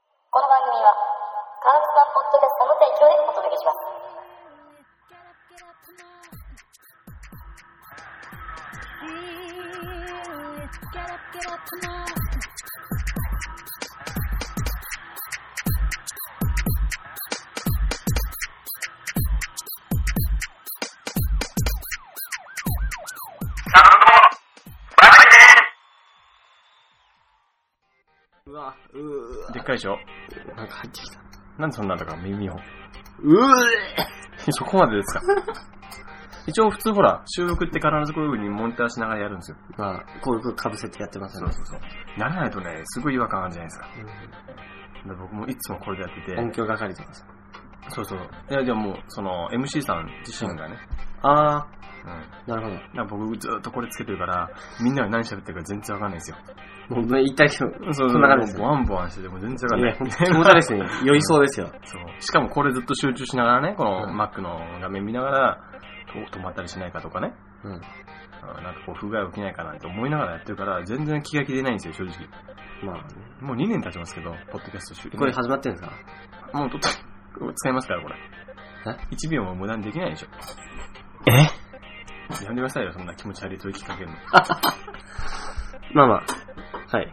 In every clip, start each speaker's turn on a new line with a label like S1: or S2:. S1: は、カーブスタポッドキャストの提供でお届けします。
S2: Get up, get up tomorrow.
S3: うわ、うーわ
S4: でっかいでしょ
S3: なんか入ってきた。
S4: なんでそんなんだから耳を。
S3: うー
S4: そこまでですか 一応普通ほら、収録って必ずこういう風にモニターしながらやるんですよ。
S3: まあ、こういうかぶせてやってますね。
S4: そうそう。やらないとね、すごい違和感あるじゃないですか。で僕もいつもこれでやって
S3: うん音
S4: て、
S3: 響係とかさ。
S4: そうそう。いや、でももう、その、MC さん自身がね、
S3: あ
S4: うん。
S3: ー、なるほ
S4: なんか僕ずっとこれつけてるから、みんなが何喋ってるか全然わかんないんですよ。
S3: ど。もう言いたいけど、
S4: そうそう
S3: こんな感じです
S4: ボワンボワンしてて、もう全然わかん
S3: い
S4: な
S3: や、
S4: い。
S3: ほんと気持ち悪いですね。酔いそうですよ。
S4: そう。しかもこれずっと集中しながらね、この
S3: うん
S4: Mac の画面見ながら、と止まったりしないかとかね、
S3: うん。
S4: うんなんかこう不具合起きないかなんて思いながらやってるから、全然気が気でないんですよ、正直。
S3: まあね。
S4: もう2年経ちますけど、ポッドキャスト終了。
S3: これ始まってるんですか
S4: もう撮って、これ使いますから、これ。1秒も無駄にできないでしょ。
S3: え
S4: やめてくださいよ、そんな気持ち悪い吐息かけるの。
S3: まあまあ。はい。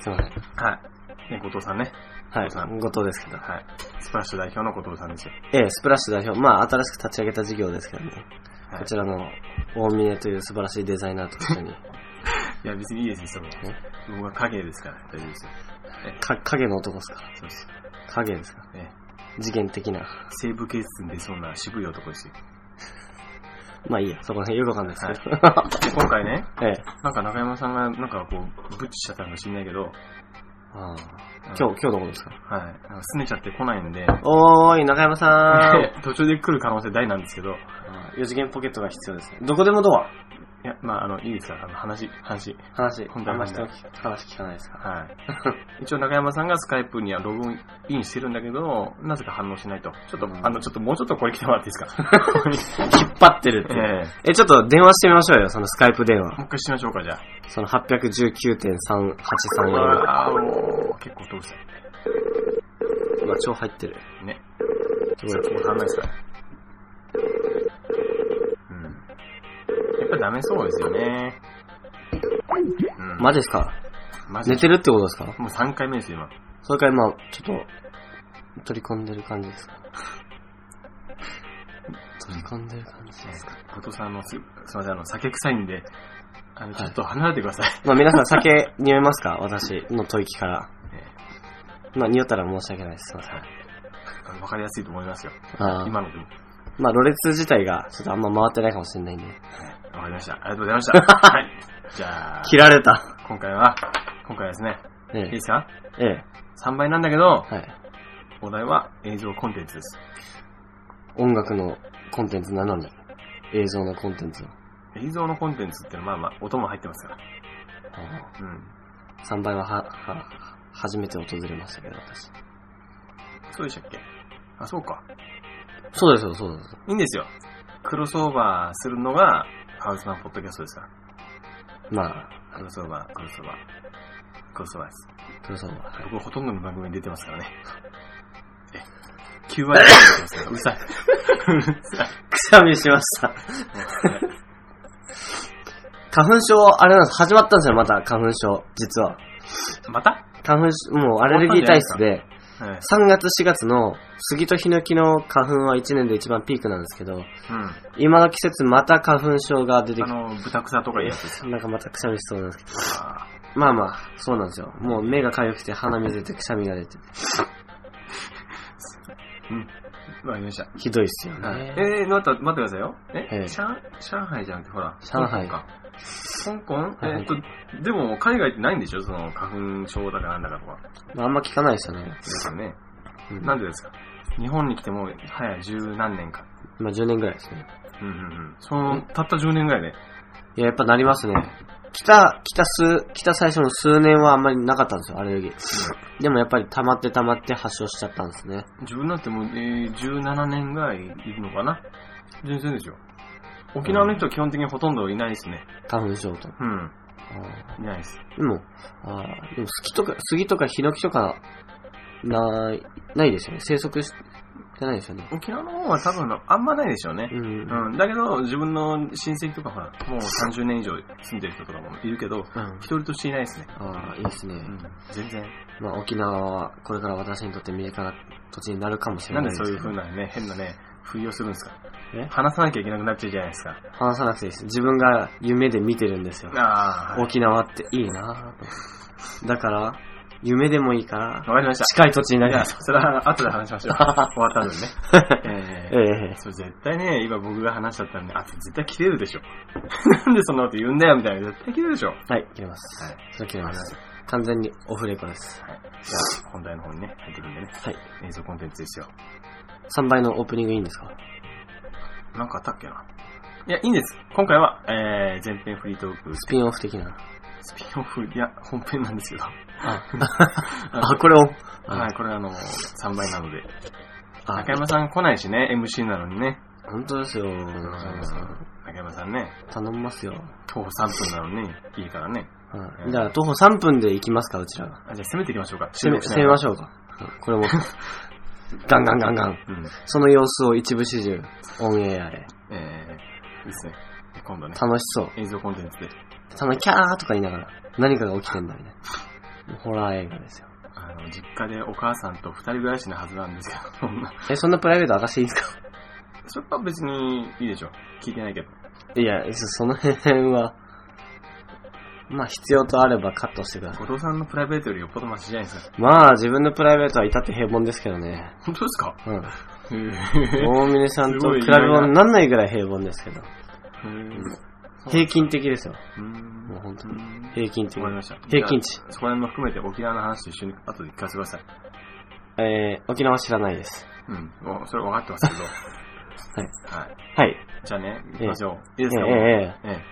S3: すいません。
S4: はい。ね、後藤さんね。
S3: はい
S4: 後藤さ。ん
S3: 後藤ですけど。
S4: はい。スプラッシュ代表の後藤さんですよ。
S3: ええ、スプラッシュ代表。まあ、新しく立ち上げた事業ですけどね。
S4: はい
S3: こちらの、大峰という素晴らしいデザイナーと一緒に、
S4: いや、別にいいですよ、そこは
S3: え
S4: 僕は影ですから、大丈夫ですよ。
S3: か、影の男ですか
S4: そうです。
S3: 影ですか
S4: ね。
S3: 事件的な。
S4: 西部警察に出そうな渋い男ですよ。
S3: まあいいや、そこら辺よくわかんないですけど。
S4: で今回ね、
S3: ええ。
S4: なんか中山さんが、なんかこう、ブッチしちゃったのか知んないけど、
S3: ああ
S4: うん
S3: 今日、今日のことですか
S4: はい。なんか拗ねちゃって来ないんで、
S3: おーい、中山さん。
S4: 途中で来る可能性大なんですけど、
S3: 4次元ポケットが必要ですね。どこでもドア。
S4: いや、まああの、いいですから、あの話、 話。
S3: 話、あ
S4: 本
S3: ん
S4: 当に
S3: ま人の話聞かないですか
S4: はい。一応中山さんがスカイプにはログインしてるんだけど、なぜか反応しないと。ちょっと、
S3: うん
S4: あの、ちょっともうちょっとこれ来てもらっていいです か
S3: 引っ張ってるって
S4: ええ
S3: いう。え、ちょっと電話してみましょうよ、そのスカイプ電話。
S4: もう一回してみましょうか、じゃあ。
S3: その819.3834。
S4: あーもう結構通し
S3: 今、超入ってる。
S4: た。ね。
S3: す
S4: そ
S3: ご
S4: れ、
S3: い
S4: こう考えですから。うん。やっぱダメそうですよね。うん。
S3: マジですか
S4: マジ
S3: 寝てるってことですか
S4: もう3回目ですよ、今。
S3: それからまあ、ちょっと、取り込んでる感じですか取り込んでる感じですか
S4: 後藤さんあの、す、すいません、あの、酒臭いんで、あの、ちょっと離れてください。
S3: まあ皆さん酒匂いますか私の吐息から。まあ匂ったら申し訳ないです。すいません。
S4: あのわかりやすいと思いますよ。
S3: あー
S4: 今のでも。
S3: まあ、ろれつ自体がちょっとあんま回ってないかもしれないんで。
S4: わかりました。ありがとうござい ました。はい。じゃあ、
S3: 切られた。
S4: 今回は、今回はですね、
S3: え
S4: いい
S3: え
S4: で、すか
S3: ええ、
S4: ?3 倍なんだけど、
S3: はい。
S4: お題は映像コンテンツです。
S3: 音楽のコンテンツ何なんだろう映像のコンテンツを。
S4: 映像のコンテンツってのは、まあまあ、音も入ってますから。
S3: あ
S4: うん。
S3: あ3倍はは、は、初めて訪れましたけど、私。
S4: そうでしたっけあ、そうか。
S3: そうですよ、そうですよ。
S4: いいんですよ。クロスオーバーするのが、ハウスマンポッドキャストですから。
S3: まあ、
S4: クロスオーバー、クロスオーバー。クロスオーバーです。
S3: 黒沢は。はい
S4: 僕ほとんどの番組に出てますからね。え、9割ぐらい出てますから、うるさ い。うるさい。
S3: くしゃみしました。花粉症、あれなんです、始まったんですよ、また、花粉症、実は。
S4: また、
S3: 花粉症、もうアレルギー体質で、
S4: はい、
S3: 3月4月の杉とヒノキの花粉は1年で一番ピークなんですけど、
S4: うん。
S3: 今の季節また花粉症が出て
S4: あ
S3: きて、
S4: の、豚草とかいうやつです
S3: なんかまたくしゃみしそうなんですけど。
S4: か。
S3: まあまあ、そうなんですよ。もう目が痒くて鼻水でくしゃみが出て。
S4: わかりました。
S3: ひどいっすよ
S4: はい
S3: ね。
S4: えー、待って、待ってくださいよ。
S3: え
S4: え
S3: え
S4: 上上海じゃなくて、ほら、
S3: 上海
S4: 香港か。香港
S3: はい
S4: えーっと、でも海外ってないんでしょその花粉症だかなんだかとか。
S3: まああんま聞かないですよね。
S4: ですよね。
S3: うん
S4: なんでですか日本に来ても、早十何年か。
S3: まあ10年ぐらいですね。
S4: うんうんうん。その、たった10年ぐらいで。
S3: いや、やっぱなりますね。来た、来た数、来た最初の数年はあんまりなかったんですよ、アレルギー。でもやっぱり溜まって溜まって発症しちゃったんですね。
S4: 自分なんてもう、えー、17年ぐらいいるのかな全然ですよ。沖縄の人は基本的にほとんどいないですね。
S3: 花粉症と。
S4: うん。
S3: あ
S4: いないです。
S3: ーでも、あーでも杉とか、杉とかヒノキとかない、ないですよね。生息してないですよね。
S4: 沖縄の方は多分の、あんまないでしょうね。
S3: うん。
S4: うん、だけど、自分の親戚とかほら、もう30年以上住んでる人とかもいるけど、
S3: うん
S4: 一人としていないですね。
S3: ああ、いいですね。
S4: うん、全然。
S3: まあ、沖縄はこれから私にとって身近な土地になるかもしれ
S4: なん
S3: な
S4: で
S3: い
S4: そういう
S3: けど
S4: 風なね、変なね、不意をするんですか
S3: え
S4: 話さなきゃいけなくなっちゃうじゃないですか。
S3: 話さなくていいです。自分が夢で見てるんですよ。
S4: ああ、わ
S3: 沖縄っていいなぁとだから、夢でもいいから、
S4: かりました。
S3: 近い土地にないり
S4: や、
S3: ます。
S4: それは後で話しましょ う。終わったのでね。え
S3: え
S4: ー
S3: え
S4: それ絶対ね、今僕が話しちゃったんで、あ、絶対切れるでしょ。 なんでそんなこと言うんだよ、みたいな。絶対切れるでしょ。
S3: はい、切れます。
S4: はい
S3: それ切れます。完全にオフレコです。
S4: はい。じゃあ、本題の方にね、入ってくるんでね。
S3: はい。
S4: 映像コンテンツですよ。
S3: 3倍のオープニングいいんですか
S4: なんかあったっけないや、いいんです。今回は、えー、前編フリートーク、
S3: スピンオフ的な。
S4: スピンオフ、いや、本編なんですけど。
S3: あ、あこれを、
S4: は
S3: あ
S4: い、これあの、3倍なので。
S3: あ
S4: 中、山さん来ないしね、MC なのにね。
S3: 本当ですよ、
S4: うん
S3: 中山さん。
S4: 中山さんね、
S3: 頼みますよ。
S4: 徒歩3分なのに、いいからね。
S3: はい。じゃあ、徒歩3分で行きますか、うちらが。
S4: あ、じゃあ攻めていきましょうか。
S3: 攻め、
S4: 収録し
S3: 攻
S4: なが
S3: め
S4: ら
S3: ましょうか。うんこれ も、ガンガンガンガン。
S4: うん。
S3: その様子を一部始終、オンエアで。
S4: えー、いいですね。今度ね、
S3: 楽しそう。
S4: 映像コンテンツで、
S3: たまにキャーとか言いながら、何かが起きてんだみたいな。ホラー映画ですよ。
S4: あの、実家でお母さんと二人暮らしなはずなんですけど、
S3: え、そんなプライベート明かしていいんです
S4: それは別にいいでしょ。聞いてないけど。
S3: かいや、そその辺は、まあ必要とあればカットしてくださ
S4: 後
S3: い。
S4: 藤さんのプライベートよりよっぽどマシじゃないですか。
S3: まあ自分のプライベートは至って平凡ですけどね。
S4: 本当ですか
S3: うん。
S4: へー
S3: 大峰さん
S4: す
S3: と
S4: ごい
S3: 比べ物になんないぐらい平凡ですけど。
S4: へー
S3: 平均的ですよ。
S4: うーん
S3: もう本当に
S4: うーん
S3: 平均的
S4: わかりました。
S3: 平均値
S4: じゃあ。そこら辺も含めて沖縄の話と一緒に後で聞かせてください。
S3: えー、沖縄知らないです。
S4: うん。もうそれ分かってますけど。
S3: はい。
S4: はい。
S3: はい。
S4: じゃあね、行きましょう。いい
S3: え
S4: ですか
S3: ええ
S4: ええ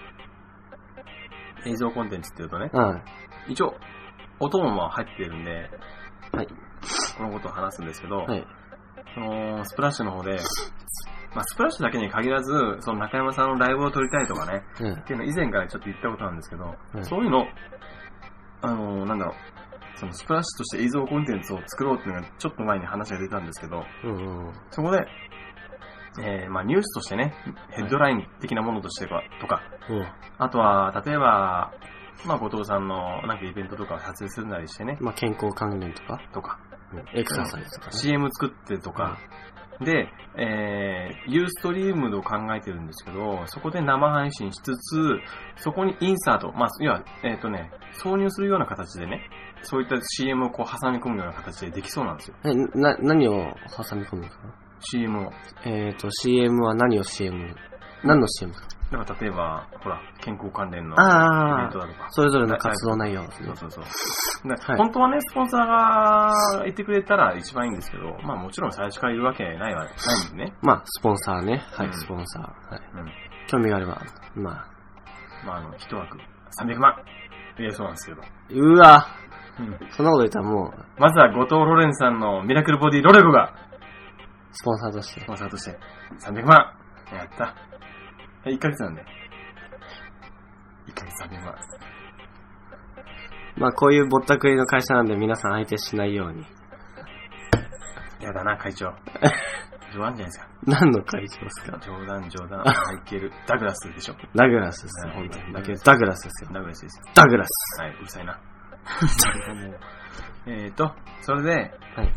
S4: 映像コンテンツっていうとね
S3: え、うん。
S4: 一応、音もまあ入ってるんで、
S3: はい。
S4: このことを話すんですけど、
S3: はい。
S4: そのスプラッシュの方で、まあ、スプラッシュだけに限らず、その中山さんのライブを撮りたいとかね、
S3: うん。
S4: っていうの以前からちょっと言ったことなんですけど、
S3: うん
S4: そういうの、あのーなんだろう、そのスプラッシュとして映像コンテンツを作ろうっていうのがちょっと前に話が出たんですけど、
S3: うんうん。
S4: そこで、えーまあニュースとしてね、ヘッドライン的なものとしてはとか、
S3: うん。
S4: あとは、例えば、まあ、後藤さんのなんかイベントとかを撮影するなりしてね、
S3: まあ健康関連とか、
S4: とか、
S3: エクササイズとかね。
S4: CM 作ってとか、で、えー、ユーストリームを考えてるんですけど、そこで生配信しつつ、そこにインサート、まあ、いや、えっ、とね、挿入するような形でね、そういった CM をこう挟み込むような形でできそうなんですよ。
S3: え、な、何を挟み込むんですか
S4: CM を。
S3: えっ、と、CM は何を CM? 何の CM ですか
S4: だから例えば、ほら、健康関連のイベ
S3: あ
S4: ントだとか。
S3: それぞれの活動内容です
S4: そ
S3: ね
S4: う。そうそう。だか
S3: は
S4: ら
S3: い
S4: 本当はね、スポンサーがいてくれたら一番いいんですけど、まあもちろん最初からいるわけないわ、ないんでね。
S3: まあ、スポンサーね。は
S4: うん
S3: い、スポンサー。はい。
S4: うん。
S3: 興味があれば、まあ。
S4: まああの、一枠、300万。いや、そうなんですけど。
S3: うわ
S4: うん
S3: そんなこと言ったらもう、
S4: まずは後藤ロレンさんのミラクルボディロレコが、
S3: スポンサーとして
S4: ス。ポンサーとして、300万やった。え、1ヶ月なんで。1ヶ月300万。
S3: まあ、こういうぼったくりの会社なんで皆さん相手しないように。
S4: やだな、会長。冗談じゃないですか。
S3: 何の会長ですか
S4: 冗談、冗談。マイケル、ダグラスでしょ。
S3: ダグラスですよ、
S4: はい
S3: 本当に。だけど、ダグラスですよ。
S4: ダグラスですよ。
S3: ダグラス。
S4: はい、うるさいな。 もうえっと、それで、
S3: はい。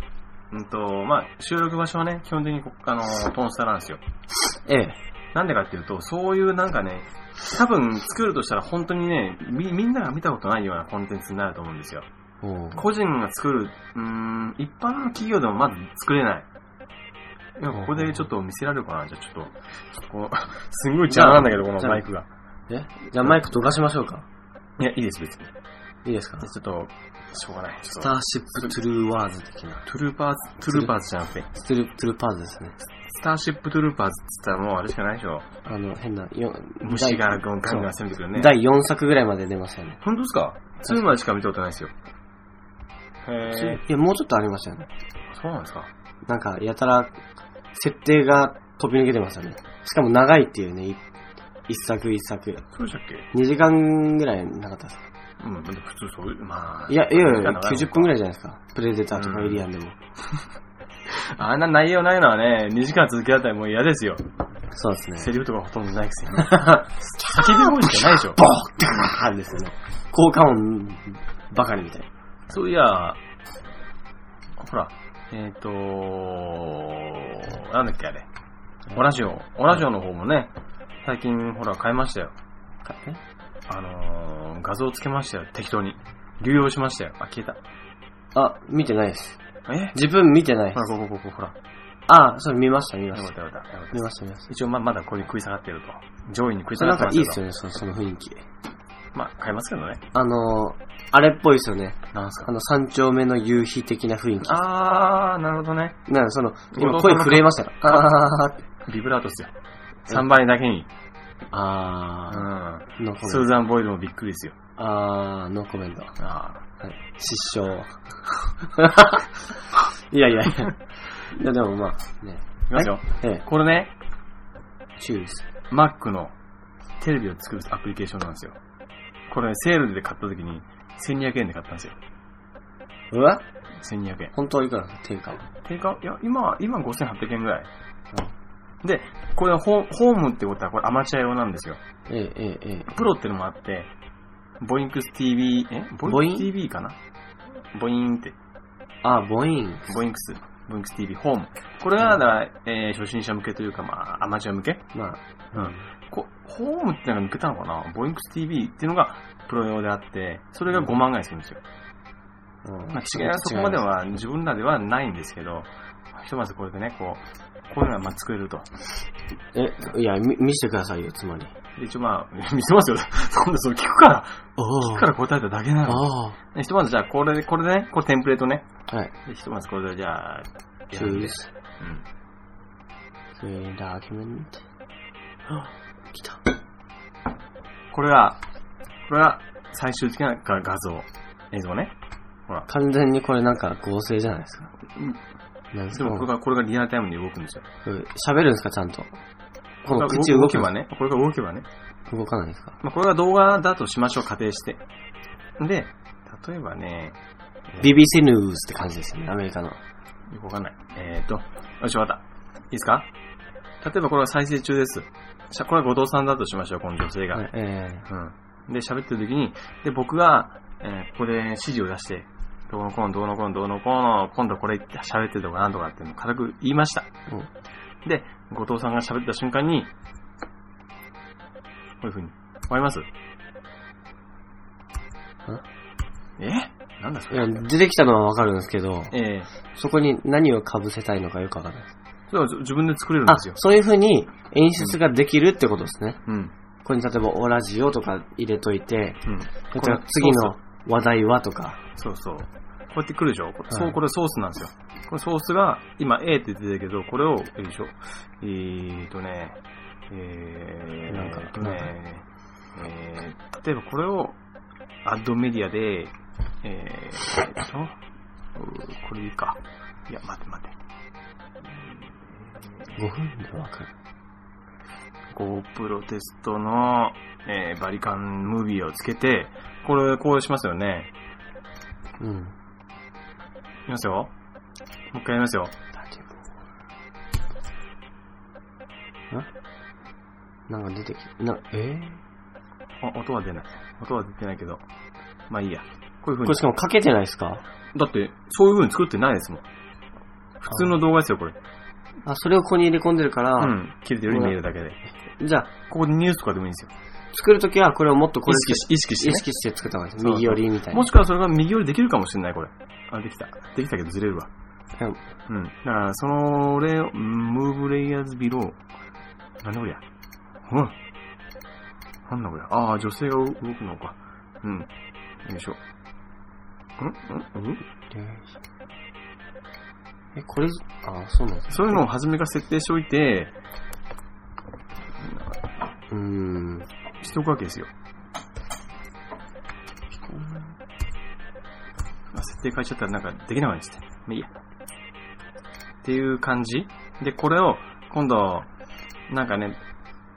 S4: うんと、まあ、収録場所はね、基本的にこあのー、トンスタなんですよ。
S3: ええ。
S4: なんでかっていうと、そういうなんかね、多分作るとしたら本当にね、み、みんなが見たことないようなコンテンツになると思うんですよ。
S3: おー
S4: 個人が作る、うーん、一般の企業でもまず作れない。いやここでちょっと見せられるかなじゃあちょっと、こう、 すんごい邪魔なんだけど、この
S3: じゃあ
S4: マイクが。
S3: えじゃあマイクどかしましょうか。
S4: いや、いいです、別に。ち
S3: いいですか
S4: ょっと、しょうがない。ち
S3: ス
S4: ょっ
S3: タ
S4: と
S3: ーシップトゥルーワーズ的な。
S4: トゥルーパーズ、トゥルーパーズじゃなくて、
S3: ストゥルトゥルーパーズですね。
S4: スターシップトゥルーパーズって言ったらもうあれしかないでしょ。
S3: あの、変な、よ
S4: 虫がガンガン
S3: そう
S4: 攻めてくるね。
S3: 第4作ぐらいまで出ましたよね。
S4: 本当ですか ?2 までしか見たことないですよ。へ
S3: いや、もうちょっとありましたよね。
S4: ー。そうなんですか
S3: なんか、やたら、設定が飛び抜けてましたね。しかも長いっていうね、い一作一作。
S4: そうでしたっけ
S3: 2時間ぐらいなかったですか
S4: うん、だって普通そういう、まあ。
S3: いや、いやいやいや、
S4: 90
S3: 90分くらいじゃないですか。プレデターとかエイリアンでも。
S4: あんな内容ないのはね、2時間続けられたらもう嫌ですよ。
S3: そうですね。
S4: セリフとかほとんどないくせに。叫び声しかないでしょ。
S3: ボーってガーンですよね。効果音ばかりみたいな。
S4: そういや、ほら、えっ、となんだっけあれ。オラジオ、オラジオの方もね、最近ほら変えましたよ。あのー、画像つけましたよ、適当に。流用しましたよ。あ、消えた。
S3: あ、見てないです。
S4: え
S3: 自分見てない
S4: ほ。ら、ここ、ここ、ほら。
S3: あ、そう、見ました、見ま
S4: やば
S3: し
S4: い
S3: た。
S4: やばいやばいやばい
S3: 見ました、見ました。
S4: 一応ま、まだここに食い下がってると。上位に食い
S3: そ
S4: 下
S3: れな
S4: がっ
S3: ん
S4: て
S3: か
S4: ま
S3: い
S4: す
S3: い
S4: け
S3: っ
S4: ど。
S3: すよね、そのその雰囲気。
S4: まあ、変えますけどね。
S3: あの、あれっぽいですよね。
S4: なんす
S3: あの、三丁目の夕日的な雰囲気。
S4: あー、なるほどね。
S3: なんかその、今
S4: 後藤
S3: 声
S4: さんの
S3: 震えましたよ。あーって。
S4: ビブラートっすよ。3倍だけに。う
S3: あ
S4: ん。
S3: ー、ノーコ
S4: ス
S3: メ
S4: ー
S3: ント。
S4: ザン・ボイルもびっくりですよ。
S3: あー、ノーコメント。
S4: あ
S3: はい失 笑。いやいやいや。いやでもまあ、ね。
S4: ー。いきますよ。
S3: ええ、
S4: これね、
S3: チューです。
S4: Mac のテレビを作るアプリケーションなんですよ。これね、セールで買った時に1200円で買ったんですよ。
S3: うわ
S4: 1200円。
S3: 本当はいくらなの定価は。
S4: 定価、いや、今、今5800円ぐらい。で、これホホームってことはこれアマチュア用なんですよ。
S3: ええ、ええ、ええ。
S4: プロってのもあって、ボインクス TV、えボインクス TV かなボインって。
S3: あ、ボイン。
S4: ボインクス、ボインクス TV ホーム。これは、だから、えー初心者向けというか、まあ、アマチュア向け
S3: まあ、
S4: うん。こホームってのが抜けたのかなボインクス TV っていうのがプロ用であって、それが5万ぐらいするんですよ。
S3: うん
S4: まあ、違いはそこまで。は自分らではないんですけど、ひとまずこれでね、こう、こういうのはまあ作れると。
S3: え、いや、み見せてくださいよ、つまり。
S4: で一応まあ、見 せますよ。今度それ聞くから、
S3: お
S4: 聞くから答えただけなの。
S3: あ
S4: でひとまずじゃあ、これで、これでね、これテンプレートね。
S3: あ。はい。
S4: でひとまずこれでじゃあ、
S3: チューです。
S4: うん。
S3: それダーキュメント。来た。
S4: これが、これが最終的な画画像、映像ね。ほら。
S3: 完全にこれなんか合成じゃないですか。なんです
S4: で
S3: か
S4: もこれが、これがリアルタイムで動くんですよ。
S3: うん喋るんですか、ちゃんと。この
S4: これが
S3: 口動
S4: け
S3: け
S4: ば
S3: ばね。
S4: ね。これが動けばね。
S3: 動かないですか。
S4: まあ、これが動画だとしましょう、仮定して。で、例えばね、
S3: BBC ニュースって感じですよね、アメリカの。
S4: よくわかんない。えーと、よし、わかった。いいですか例えばこれが再生中です。しゃこれは後藤さんだとしましょう、この女性が。
S3: はいえ
S4: うん。で、喋ってる時に、で、僕が、えーここで指示を出して、どうのこうの、どうのこうの、どうのこうの、今度これ喋ってるとかなんとかっていうのを軽く言いました。
S3: うん
S4: で、後藤さんが喋った瞬間に、こういう風に、わかりますえなんだそ
S3: えい
S4: れ
S3: や、出てきたのはわかるんですけど、
S4: えー、
S3: そこに何を被せたいのかよくわかんないです。
S4: それは自分で作れるんで
S3: あ
S4: すよ、。
S3: そういう風に演出ができるってことですね。
S4: うん。
S3: ここに例えばオラジオとか入れといて、
S4: うん。
S3: こ
S4: これ
S3: れ次の話題はとか。
S4: そうそう。こうやってくるでしょこ
S3: は
S4: れ,、
S3: い
S4: そうこれソースなんですよ。これソースが、今 A って出てるけど、これを、よいしょ。えーとね、えー、
S3: なんか
S4: えーとね、えー、例えばこれを、アッドメディアで、えー、えーと、うーこれいいか。いや、待って待って。
S3: 5分でわかる。
S4: GoPro テストの、えー、バリカンムービーをつけて、これ、こうしますよね。
S3: うん。
S4: いきますよ。もう一回やりますよ。
S3: んなんか出てきな、えー
S4: あ音は出ない。音は出てないけど。まあいいや。こういう風
S3: こ
S4: に
S3: れし。かもかけてないですか
S4: だって、そういう風に作ってないですもん。普通の動画ですよ、これ。
S3: あ、それをここに入れ込んでるから、
S4: うん。切れてるように見えるだけで。
S3: じゃあ、
S4: ここでニュースとかでもいいんですよ。
S3: 作るときはこれをもっとこ
S4: 意
S3: れ
S4: 識し、意識して、
S3: 意
S4: ね。
S3: 識して作った方がいいです。
S4: そうそう
S3: 右寄りみたいな。
S4: もしくはそれが右寄りできるかもしれない、これ。あ、できた。できたけどずれるわ。
S3: うん
S4: うん。だから、その例を、ムーブレイヤーズビロー。なんだこりゃ。うん。なんだこりゃ。ああ、女性が動くのか。うん。よいしょ。んんん
S3: え、これ、あ、そうなんです
S4: そういうのを初めから設定しておいて、
S3: うーん。
S4: しておくわけですよ。まあ設定変えちゃったらなんかできなくなっちゃった。まあいいや。っていう感じで、これを今度、なんかね、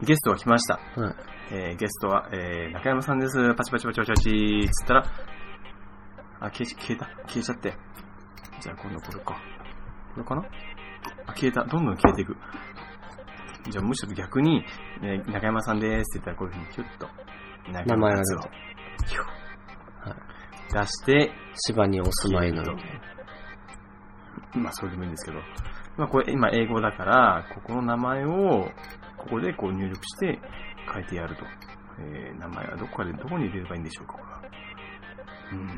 S4: ゲストが来ました。
S3: はい。
S4: えーゲストは、えー中山さんです。パチパチパチパチパチーっつったら、あ、消え消えた。消えちゃって。じゃあ今度これか。これかなあ、消えた。どんどん消えていく。じゃあむしろ逆に、えー中山さんですって言ったらこういうふうにキュッと。
S3: 名前が出
S4: を
S3: る
S4: ひょ出して、
S3: 千葉にお住まいの。
S4: まあ、それでもいいんですけど。まあ、これ、今、英語だから、ここの名前を、ここでこう入力して、書いてやると。えー名前はどこかで、どこに入れればいいんでしょうか、これは。うん。ま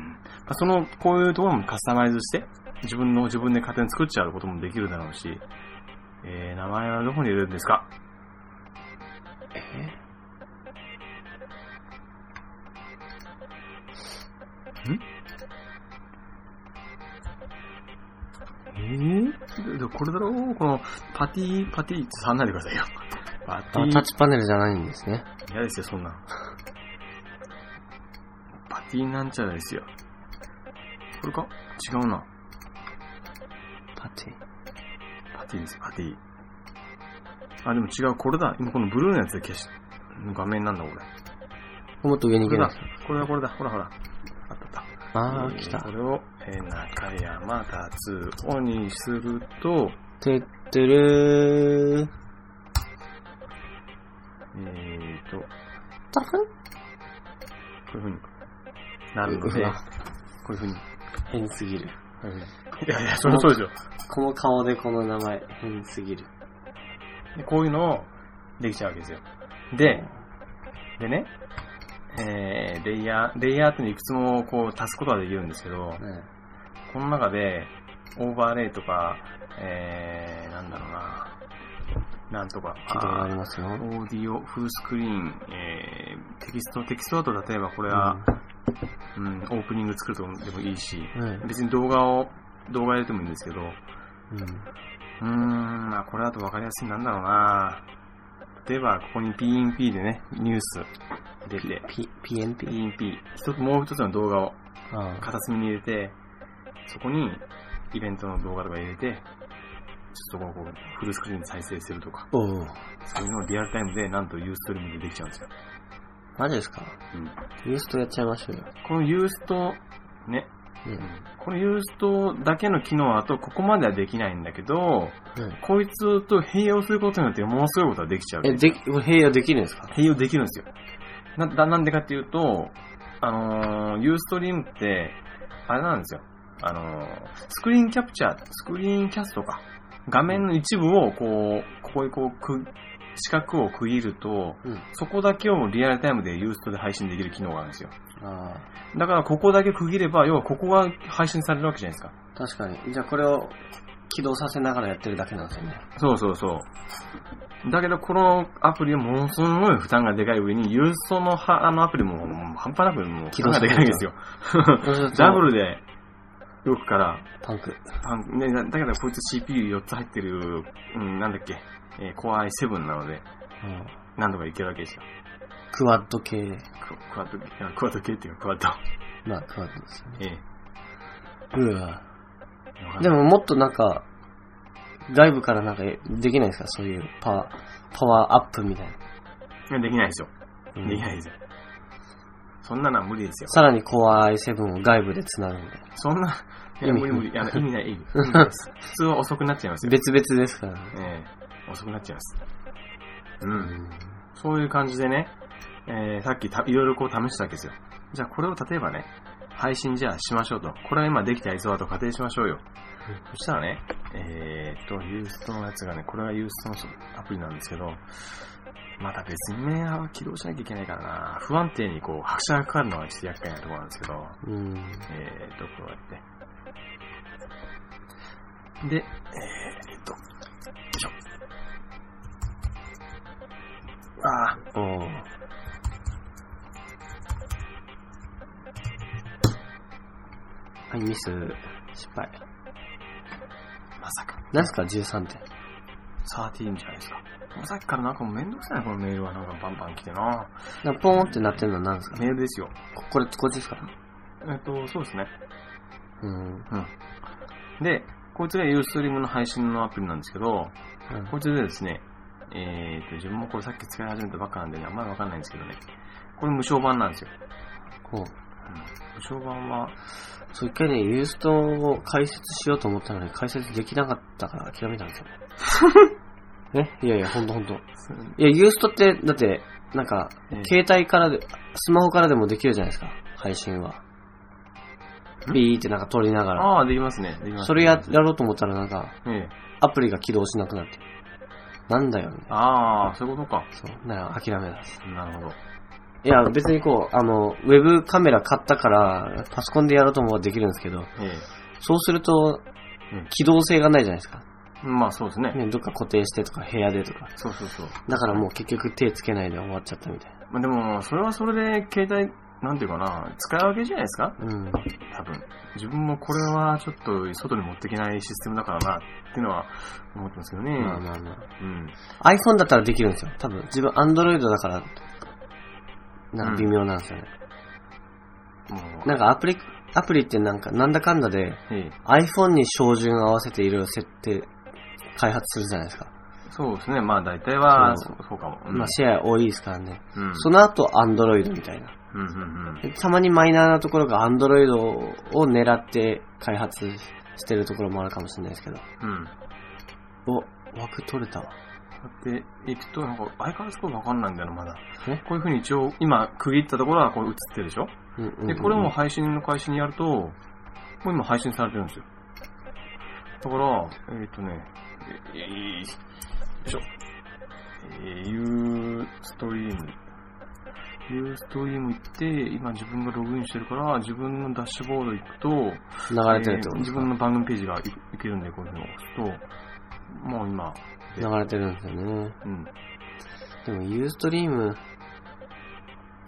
S4: あ、その、こういうところもカスタマイズして、自分の、自分で勝手に作っちゃうこともできるだろうし、えー名前はどこに入れるんですかえー、でこれだろうこの、パティ、パティ、触んないでくださいよ。パテ
S3: あ、
S4: ィ
S3: タッチパネルじゃないんですね。
S4: 嫌ですよ、そんなん。パティなんちゃらですよ。これか違うな。
S3: パテ
S4: パティです、パティ。あ、でも違う、これだ。今このブルーのやつで消し、画面なんだ、これ。
S3: ィ。もっと上に
S4: こ
S3: 行け
S4: れ
S3: ない
S4: だ。、これだ、これだ、ほらほら。あったあった。
S3: あ
S4: え
S3: ー、
S4: ー
S3: 来た
S4: こ。れを、えー中山達夫にすると、
S3: てってるー。
S4: えーと、こ
S3: タフ
S4: ういう風になるの
S3: う
S4: で、こ
S3: わ
S4: ういう風に。
S3: 変すぎる。
S4: こういう風にいやいや、そりゃそうでしょ。
S3: この顔でこの名前、変すぎる。
S4: でこういうのをできちゃうわけですよ。で、でね、えー、レイヤー、レイヤーっていうのいくつもこう足すことができるんですけど、
S3: ね
S4: この中で、オーバーレイとか、えー、なんだろうな、なんとか、
S3: 聞いたことありますよ。
S4: あーオーディオ、フルスクリーン、えー、テキスト、テキストだと例えばこれは、うん、オープニング作るとかでもいいし、
S3: うん。うん。
S4: 別に動画を、動画入れてもいいんですけど、
S3: うん
S4: うーん、まあこれだと分かりやすいなんだろうな例えば、ここに PNP でね、ニュース出て、
S3: P、PNP?
S4: PNP、一つ、もう一つの動画を
S3: ああ。
S4: 片隅に入れて、そこにイベントの動画とか入れて、ちょっとこうこう、フルスクリーンで再生するとか、
S3: おう
S4: そういうのをリアルタイムで、なんとユーストリームでできちゃうんですよ。
S3: マジですか
S4: うん
S3: ユーストやっちゃいましょうよ。
S4: このユースト、ね、
S3: うん。
S4: このユーストだけの機能だと、ここまではできないんだけど、
S3: うん。
S4: こいつと併用することによって、ものすごいことができちゃうわけ
S3: え、
S4: ですよ
S3: でき、併用できるんですか
S4: 併用できるんですよ。な、だなんでかっていうと、あのー、ユーストリームって、あれなんですよ。あのー、スクリーンキャプチャー、スクリーンキャストか。画面の一部を、こう、ここにこう、く、四角を区切ると、
S3: うん。
S4: そこだけをリアルタイムでユーストで配信できる機能があるんですよ。
S3: ああ。
S4: だから、ここだけ区切れば、要はここが配信されるわけじゃないですか。
S3: 確かに。じゃあこれを起動させながらやってるだけなんですよね。
S4: そうそうそう。だけど、このアプリはものすごい負担がでかい上に、ユーストのはあのアプリも、もう半端なくもう負担がでかいんですよ。ダブルで動くから、
S3: パンク。
S4: パンね、だだけどこいつ CPU4 つ入ってる、うん、なんだっけ、えー、Core i7 なので、
S3: うん。
S4: なんとかいけるわけですよ。
S3: クワッド系。
S4: ククワッド、いやクワッド系っていうか、クワッド。
S3: まあ、クワッドですね。
S4: え
S3: うわ
S4: えわかんない
S3: でももっとなんか、外部からなんかできないですかそういうパワー、パワーアップみたい
S4: いやできないですよ。
S3: な。
S4: できないですよ。そんなのは無理ですよ。
S3: さらに Core i7 を外部で繋ぐみたい
S4: そんな、い
S3: 意
S4: や、
S3: 味
S4: 無理無理。いや意味ない、意味意味ない です。普通は遅くなっちゃいますよ。
S3: 別々ですからね。
S4: ええ遅くなっちゃいます。う。
S3: うんん。
S4: そういう感じでね、えーさっきたいろいろこう試したわけですよ。じゃあこれを例えばね、配信じゃあしましょうと。これは今できた映像だと仮定しましょうよ。そしたらね、えーっと、ユーストのやつがね、これはユーストのアプリなんですけど、また別にね、あ起動しなきゃいけないからな、不安定にこう、拍車がかかるのはちょっと厄介なところなんですけど、
S3: うん。
S4: えーっと、こうやって。で、えーっと、よいしょ。ああ、
S3: おーはい、ミス、失敗。
S4: まさか。
S3: 何すか ?13 点。
S4: 13じゃないですか。もうさっきからなんかもうめんどくさいな、このメールはなんかバンバン来てな。
S3: なんかポーンってなってるのは何ですか
S4: メールですよ。
S3: ここれ、こっちですか
S4: えっと、そうですね。
S3: うん。うん。
S4: で、こいつがユーストリームの配信のアプリなんですけど、こいつでですね、えーと、自分もこれさっき使い始めたばっかなんでね、あんまりわかんないんですけどね。これ無償版なんですよ。
S3: ほう。
S4: うん、無償版は、
S3: そう一回ね、ユーストを解説しようと思ったのに解説できなかったから諦めたん ですよ。ねいやいや、ほんとほんと。いや、ユーストって、だって、なんか、
S4: ええ
S3: 携帯からで、スマホからでもできるじゃないですか、配信は。
S4: ん
S3: ビーってなんか撮りながら。
S4: ああ、できますね。できます
S3: それや、やろうと思ったらなんか、
S4: ええ。
S3: アプリが起動しなくなって。なんだよ、みたいな。
S4: ああ、そういうことか。
S3: そう。なら、諦めたんです。
S4: なるほど。
S3: いや、別にこう、あの、ウェブカメラ買ったから、パソコンでやろうと思えばできるんですけど、
S4: え
S3: そうすると
S4: うん、
S3: 機動性がないじゃないですか。
S4: え。まあそうですね。
S3: ね、どっか固定してとか、部屋でとか。
S4: そうそうそう。
S3: だからもう結局手つけないで終わっちゃったみたいな。
S4: まあでも、それはそれで、携帯、なんていうかな、使い分けじゃないですか
S3: うん。
S4: 多分。自分もこれはちょっと外に持っていけないシステムだからな、っていうのは思ってますけどね。
S3: まあまあまあ。
S4: うん。
S3: iPhone だったらできるんですよ。多分。自分、Android だから、なんか微妙なんですよね。
S4: もう、
S3: なんかアプリ、アプリってなんか、なんだかんだで、
S4: ええ
S3: iPhone に照準を合わせていろいろ設定、開発するじゃないですか。
S4: そうですね。まあ大体は、
S3: そ
S4: そううそうかも。うん
S3: まあ、シェア多いですからね。
S4: うん。
S3: その後、Android みたいな。
S4: うんうんうん。
S3: でたまにマイナーなところが Android を狙って開発してるところもあるかもしれないですけど。
S4: うん。
S3: お、枠取れたわ。
S4: で、いくと、なんか、相変わらずこれわかんないんだよな、まだ。
S3: え
S4: こういうふうに一応、今、区切ったところはこう映ってるでしょ
S3: うんうんうん
S4: で、これも、配信の開始にやると、もう今配信されてるんですよ。だから、えっ、とね、えいやいいよいしょ。えー、ユーストリーム。ユーストリーム行って、今自分がログインしてるから、自分のダッシュボード行くと、
S3: 流れてるってこと
S4: えー
S3: です
S4: 自
S3: か、
S4: 分の番組ページがいいけるんで、こういうのを押すと、もう今、
S3: 流れてるんですよね。
S4: うん。
S3: でも、ユーストリーム、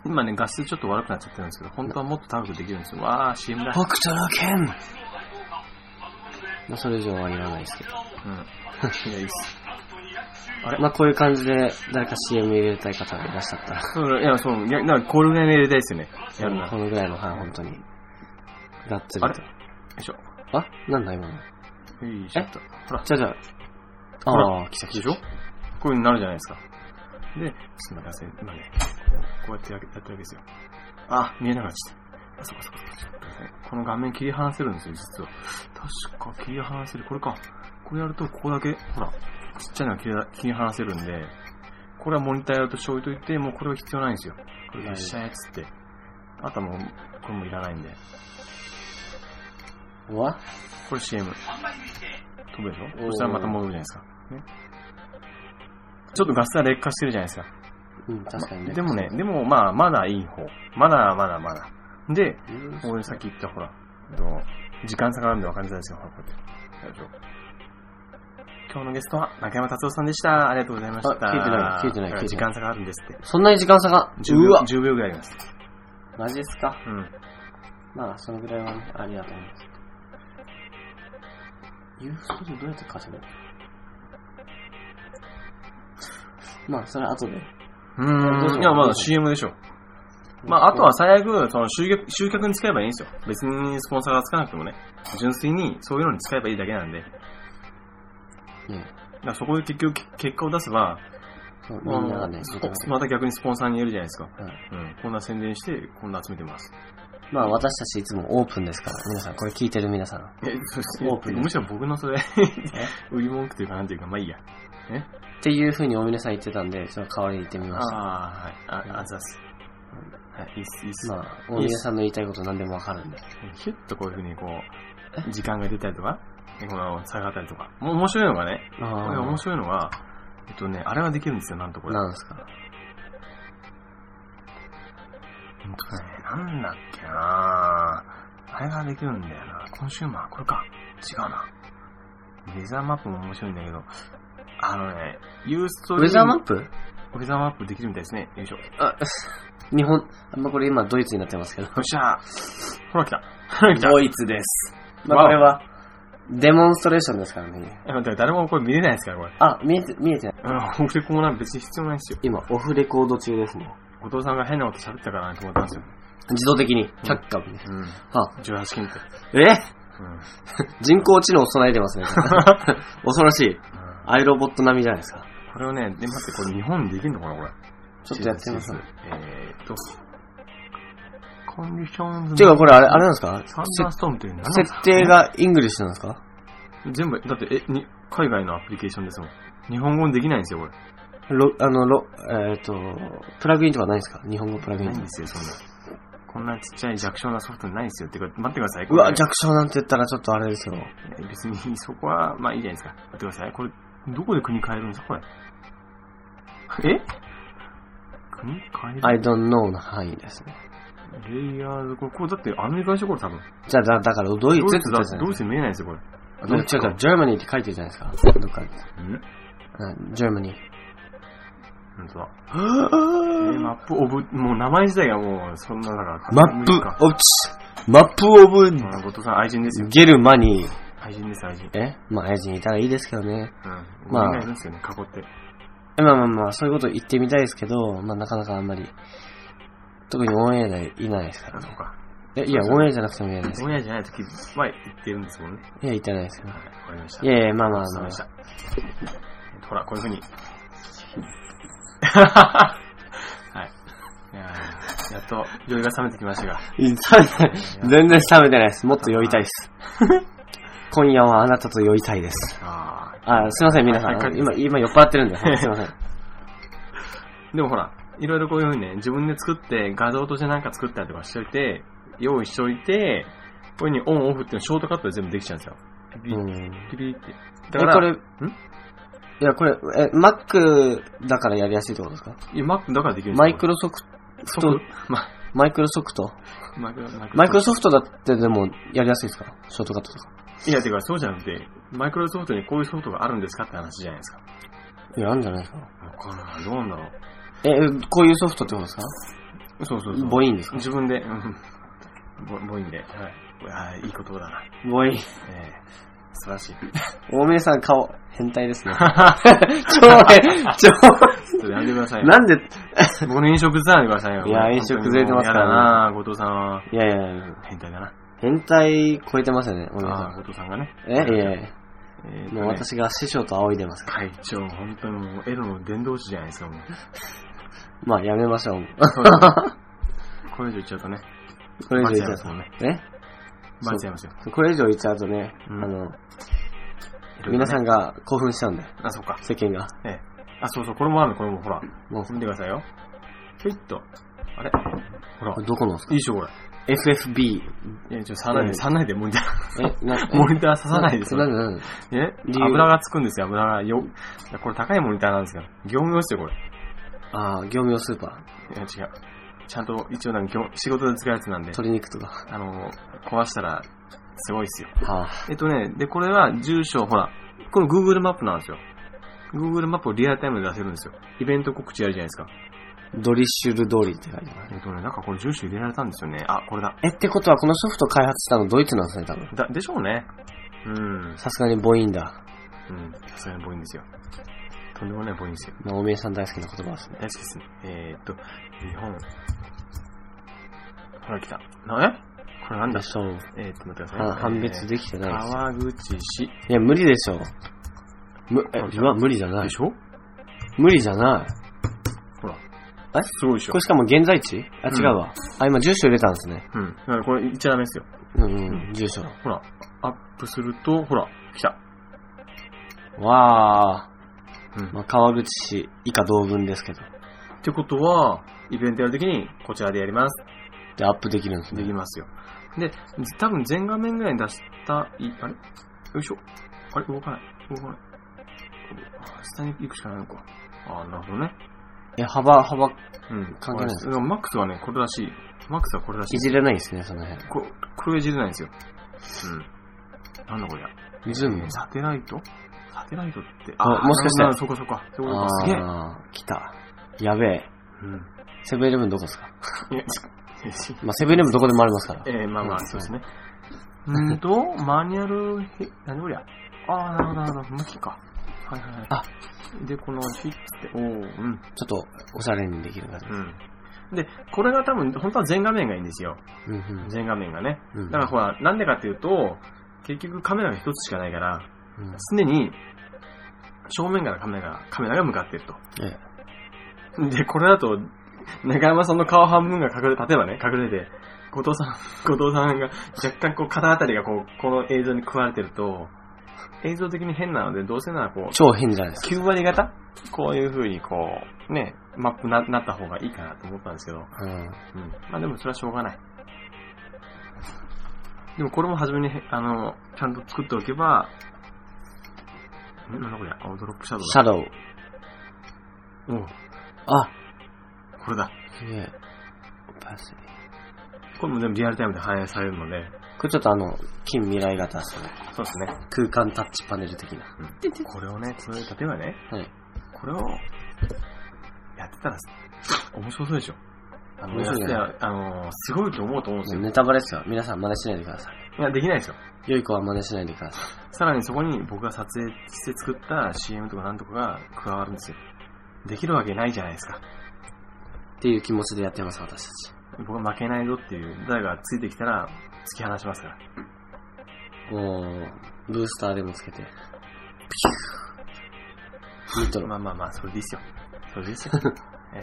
S4: 今ね、画質ちょっと悪くなっちゃってるんですけど、本当はもっと高くできるんですよ。わー、CM だ。
S3: 北斗の剣まあ、それ以上は言わないですけど。
S4: うん。いや、いいっす。あれ
S3: まあ、こういう感じで、誰か CM 入れたい方がいらっしゃったら、
S4: そう、いや、そう、いや、なんかこれぐらいの入れたいですよね。やるな。
S3: こ
S4: よ
S3: のぐらいの、はい、本当に。がっつり
S4: あ
S3: と
S4: れ。いしょ。
S3: あなんだ今の。
S4: よいしょっと。ほら、
S3: じゃあじゃあ。
S4: ほ
S3: あ
S4: ら
S3: あ、来た
S4: で
S3: 来
S4: しょこういう風になるじゃないですか。で、すみません、今ね、こうやってやるやってるわけですよ。あ、見えなくなっちゃった。あ、そっかそっかそっかすいません。この画面切り離せるんですよ、実は。確か切り離せる。これか。これやると、ここだけ、ほら、ちっちゃいのが切り切り離せるんで、これはモニターやるとして置いといて、もうこれは必要ないんですよ。これ一緒やつって。あとはもう、これもいらないんで。
S3: た。わ
S4: これ CM。飛ぶでし
S3: おー
S4: ょそしたらまた戻るじゃないですか。ね。ちょっとガスは劣化してるじゃないですか。
S3: うん、確かにね。
S4: でもね、でもまあ、まだいい方。まだまだまだ。で、
S3: うん、
S4: 俺さっき言ったほら、えっと時間差があるんで分かりづらいですよ。ほら、こうやって。よいしょ今日のゲストは中山達夫さんでした。ありがとうございました。
S3: あ聞いてない聞いてない聞いてない
S4: 時間差があるんですって。
S3: そんなに時間差が、
S4: 10秒
S3: うわ
S4: ,10 秒ぐらいあります。
S3: マジですか
S4: うん。
S3: まあ、そのぐらいはね、ありだと思います。ユーストリームどうやって稼ぐのまあ、それは後で。
S4: う
S3: どうし
S4: ー
S3: よ
S4: ん。
S3: う
S4: いや、まだ CM でしょ。まあ、あとは、最悪、その集客、集客に使えばいいんですよ。別にスポンサーがつかなくてもね。純粋にそういうのに使えばいいだけなんで。だか
S3: ね、
S4: らそこで結局、結果を出せば、
S3: そうみんながね、
S4: あの
S3: 聞いてます
S4: また逆にスポンサーに言えるじゃないですか。
S3: うん
S4: うん。こんな宣伝して、こんな集めてます。
S3: まあ私たちいつもオープンですから、皆さん、これ聞いてる皆さん。
S4: え、そして
S3: オープン
S4: むしろ僕のそれ、 売り文句というかなんていうか、まあいいや。
S3: っていう風にお皆さん言ってたんで、ちょっと代わりに言ってみました。
S4: ああ、はい。あ、あざっす。はい、いいっす、いいっす。
S3: まあ、大宮さんの言いたいこと何でもわかるんで。
S4: ヒュッとこういう風にこう、時間が出たりとか、この下がったりとか。もう面白いのがね、これ面白いのが、えっとね、あれができるんですよ、なんとこれ。
S3: なんですか
S4: うんとねなんだっけなぁあれができるんだよなコンシューマー、これか。違うな。ウェザーマップも面白いんだけど、あのね、ユースト
S3: ウェザーマッ
S4: プ
S3: プ
S4: ウェザーマップできるみたいですね。よいしょ。よ
S3: あ、日本、あんまこれ今ドイツになってますけど。
S4: っしゃー。ほら来た。ほら来た。
S3: ドイツです。まあこれは、デモンストレーションですからね。
S4: え待って、誰もこれ見れないですから、これ。
S3: あ、見えて、見えてない。
S4: うん、オフレコもなんか別に必要ないんですよ。
S3: 今、オフレコード中ですね。
S4: お父さんが変なこと喋ったからなと思ったんですよ。
S3: 自動的に、却下みたい
S4: うん。
S3: な。あ、
S4: 18金って。
S3: え
S4: うん。
S3: 人工知能を備えてますね。恐ろしい。アイロボット並みじゃないですか。
S4: これをね、で、待って、これ日本できるのかな、これ。
S3: ちょっとやってみます
S4: えーっと、コンディションズ。
S3: ていうかこれあれ、あれなんですか
S4: サンダーストームっていうの
S3: せ設定がイングリッシュなんですか
S4: 全部、だって、え、に、海外のアプリケーションですもん。日本語にできないんですよ、これ。
S3: ロ、あの、ロ、えっ、と、プラグインとかないんですか日本語プラグイ
S4: ないん
S3: ン
S4: で。すよ、そんな。こんなちっちゃい弱小なソフトないですよ。ってか、待ってください。
S3: う
S4: これ
S3: わ、弱小なんて言ったらちょっとあれですよ。
S4: え別に、そこは、まあいいじゃないですか。待ってください。これ、どこで国変えるんですか、これ。え国変える
S3: I don't know の範囲ですね。
S4: レイヤーズ、これ、これだってアメリカでしょ、これ多分。
S3: じゃあ、だだから、ドイツ
S4: ド
S3: って
S4: イ
S3: 言
S4: ツ
S3: っ
S4: だ
S3: た
S4: っ
S3: じ
S4: て
S3: ゃな
S4: ド
S3: い
S4: イ
S3: で
S4: ツ見えないですよ、こ
S3: すか。
S4: れ。
S3: ドイツだから、
S4: か。
S3: ジャーマニーって書いてるじゃないですか。どっか、
S4: うん
S3: ジャーマ ニー。
S4: 本当だ。えーマップオブ、もう名前自体がもう、そんな、だから、
S3: マップ、オブチ、マップオブ、
S4: うん、後藤さん愛人ですよ。
S3: ゲルマニー。
S4: 愛人です、愛人。
S3: えまあ、愛人いたらいいですけどね。
S4: うん。
S3: まあ
S4: まあ。いますよね、囲って。
S3: まあまあまあ、そういうこと言ってみたいですけど、まあなかなかあんまり、特にオンエアでいないですか
S4: あ、
S3: ら
S4: そう
S3: ね。
S4: か。
S3: えいや、オンエアじゃなくてもいないです。
S4: オンエアじゃないとき、まあ、言ってるんですもんね。
S3: いや、言ってないですけど
S4: は。い、わかりました。
S3: いやいや、まあまあ
S4: わか
S3: ま
S4: り
S3: あ
S4: まし。た。えっとほら、こういうふうに。 はい。いやーやっと、酔いが冷めてきましたが。
S3: 冷めてない全然冷めてないです。もっと酔いたいです。今夜はあなたと酔いたいです。
S4: あ
S3: あ、すいません、皆さ
S4: はいはい
S3: ん。今、今酔っ払ってるんで、はいすいません。
S4: ーでもほら、いろいろこういうふうにね、自分で作って、画像としてなんか作ったりとかしておいて、用意しておいて、こういうふうにオンオフっていうのショートカットで全部できちゃうんですよ。ピピ
S3: うん。
S4: ピピって。
S3: え、
S4: だ
S3: こ
S4: から、
S3: れ、いや、これ、え、Mac だからやりやすいってことですか
S4: いや、Mac だからできるんですよ
S3: マイクロソフ
S4: ソ
S3: ト
S4: フ、ま
S3: マイクロソフト
S4: マイクロマイクロ
S3: マイクロソフトだってでもやりやすいですかショートカットとか。
S4: いや、てか、そうじゃなくて、マイクロソフトにこういうソフトがあるんですかって話じゃないですか。
S3: いや、あるんじゃないですか
S4: わかんない。どうなんだろ
S3: え、こういうソフトってことですか
S4: う。そうそうそう。
S3: ボインですか
S4: 自分で、うん。ボボインで。はい。ああ、いい言葉だな。
S3: ボイン。
S4: ええ素晴らしい。
S3: 大峰さん顔、変態 ですね。超 変、超
S4: ちょっとやめてくだ さい
S3: 変。。なんで、
S4: 僕の飲食ずらでくださいよ。
S3: いや飲食ずれてますからね
S4: ね。やだな、後藤さんは。
S3: いやいやいや、
S4: 変態だな。
S3: 変態超えてますよね、大峰
S4: ああ、
S3: さ
S4: 後藤さんがね。
S3: ん。えいやい
S4: えー
S3: や、
S4: と
S3: も
S4: ね
S3: う私が師匠と仰いでますから。
S4: 会長、本当にもう、エロの伝道師じゃないですか、 もう。
S3: まあ、やめましょ う。
S4: そうですねこれ以上言っちゃうとね、
S3: これ以上
S4: バレちゃ
S3: 言っち
S4: います
S3: ゃ
S4: もんね。
S3: うと。ね
S4: バレちゃいますよ。
S3: これ以上言っちゃうとね、あ
S4: うん
S3: の、
S4: いろいろね
S3: 皆さんが興奮しちゃうんで、
S4: あ、そうか。
S3: 世間が。
S4: ええ。あ、そうそう、これもあるの、これも、ほら。
S3: も
S4: 見てくださいよ。ひょいっと。あれほら
S3: う、。どこのです
S4: いいでしょ、これ。
S3: FFB。
S4: いや、ちょ、触ら
S3: え
S4: ない
S3: え
S4: で、触らないで、モニター。
S3: え、なん
S4: モニター刺さないですよ
S3: なんでなんで
S4: え
S3: 理由
S4: 油がつくんですよ、油が。よ、いやこれ高いモニターなんですから。業務用ですよ、これ。
S3: ああ、業務用スーパー。
S4: いや、違う。ちゃんと、一応なんか業、仕事で使うやつなんで、
S3: 鶏肉とか。
S4: あの、壊したら、すごいっすよ。
S3: はあ。
S4: えっとね、で、これは、住所、ほら、この Google マップなんですよ。Google マップをリアルタイムで出せるんですよ。イベント告知やるじゃないですか。
S3: ドリッシュル通りって書いてます。
S4: えっとね、なんかこれ住所入れられたんですよね。あ、これだ。
S3: え、ってことはこのソフト開発したのドイツなんですね、多分。
S4: だ、でしょうね。うん。
S3: さすがにボインだ。
S4: うん。さすがにボインですよ。とんでもないボインですよ。
S3: まあ、おめえさん大好きな言葉ですね。
S4: 大好きですね。えー、っと、日本。ほら来た。な、えこれなんだ
S3: でしょう。
S4: えー、っと、待ってくださいね、
S3: は判別できて
S4: えー
S3: ないですよ。
S4: 川口市。
S3: いや、無理でしょう。む、え、うわ無理じゃない
S4: で。しょ
S3: 無理じゃない。
S4: ほら。
S3: え
S4: すごいでしょ
S3: これしかも現在地あ、
S4: うん
S3: 違うわ。あ、今住所入れたんですね。
S4: うん。だからこれ言っちゃダメですよ。
S3: うんうん、住所。
S4: ほら、アップすると、ほら、来た。
S3: わー。
S4: うん。
S3: まあ、川口市以下同文ですけど。
S4: ってことは、イベントやるときに、こちらでやります。
S3: で、アップできるんです
S4: で
S3: ね
S4: き。ますよ。で、多分全画面ぐらいに出したい、あれよいしょ。あれ動かない。動かない。あ下に行くしかないのか。あーなるほどね。
S3: え、幅、幅、
S4: うん。
S3: 関係ないです
S4: あマックスはね、これらしい。マックスはこれらし
S3: い
S4: い。
S3: じれないですね、その辺。
S4: ここれいじれないんですよ。うん。なんだこりゃ。
S3: 湖も
S4: サテライトサテライトって。
S3: あ
S4: ー
S3: もしかしたら
S4: なるほどそうかそうか。そうかそうか。すげえ。
S3: あー、来た。やべえ。
S4: う
S3: セブンイレブンどこですか
S4: ん。いや、
S3: まあ、セブンイレブンどこでもありますから。
S4: えー、まあま
S3: う
S4: あ、
S3: ん
S4: そうですね。うーん と、マニュアル、へ、なんでこりゃ。ああ、なるほど、なるほど、向きか。はいはいはい。
S3: あ
S4: で、このヒッって、おおうん、
S3: ちょっと、おしゃれにできる感じ。
S4: うん。で、これが多分、本当は全画面がいいんですよ。
S3: うんうん
S4: 全画面がね。
S3: うん
S4: だからほら、なんでかっていうと、結局カメラが一つしかないから、
S3: うん
S4: 常に、正面からカメラが、カメラが向かっていると。
S3: ええ。
S4: で、これだと、中山さんの顔半分が隠れ、例えばね、隠れて、後藤さん、 後藤さんが若干こう肩あたりがこう、この映像に食われてると、映像的に変なので、どうせならこう、
S3: 超変じゃないですか。
S4: 9割型こういう風にこう、ね、マップな、なった方がいいかなと思ったんですけど、
S3: うん。
S4: うん。まあでもそれはしょうがない。でもこれも初めに、あの、ちゃんと作っておけば、んなんだこれ、あ、ドロップシャドウ
S3: シ
S4: だ。
S3: ャドウ。
S4: おう
S3: あ、
S4: これだ。
S3: すげえ。パス
S4: これも全部リアルタイムで反映されるので、
S3: これちょっとあの、近未来型ですね。
S4: そうですね。
S3: 空間タッチパネル的な。
S4: これをね、つ例えばね、
S3: はい。
S4: これを、やってたら、面白そうでしょ。あの、
S3: 面白いね
S4: やってたらあの、すごいと思うと思うんです
S3: もう
S4: よ。
S3: ネタバレですよ。皆さん真似しないでください。
S4: いや、できないですよ。
S3: 良い子は真似しないでくださ
S4: さらにそこに僕が撮影して作った CM とかなんとかが加わるんですよ。できるわけないじゃないですか。
S3: い。っていう気持ちでやってます、私たち。
S4: 僕は負けないぞっていう、誰がついてきたら突き放しますから。
S3: もう、ブースターでもつけて。ピュー。ニトロ。
S4: まあまあまあ、それでいいっすよ。それでいい っすよ。え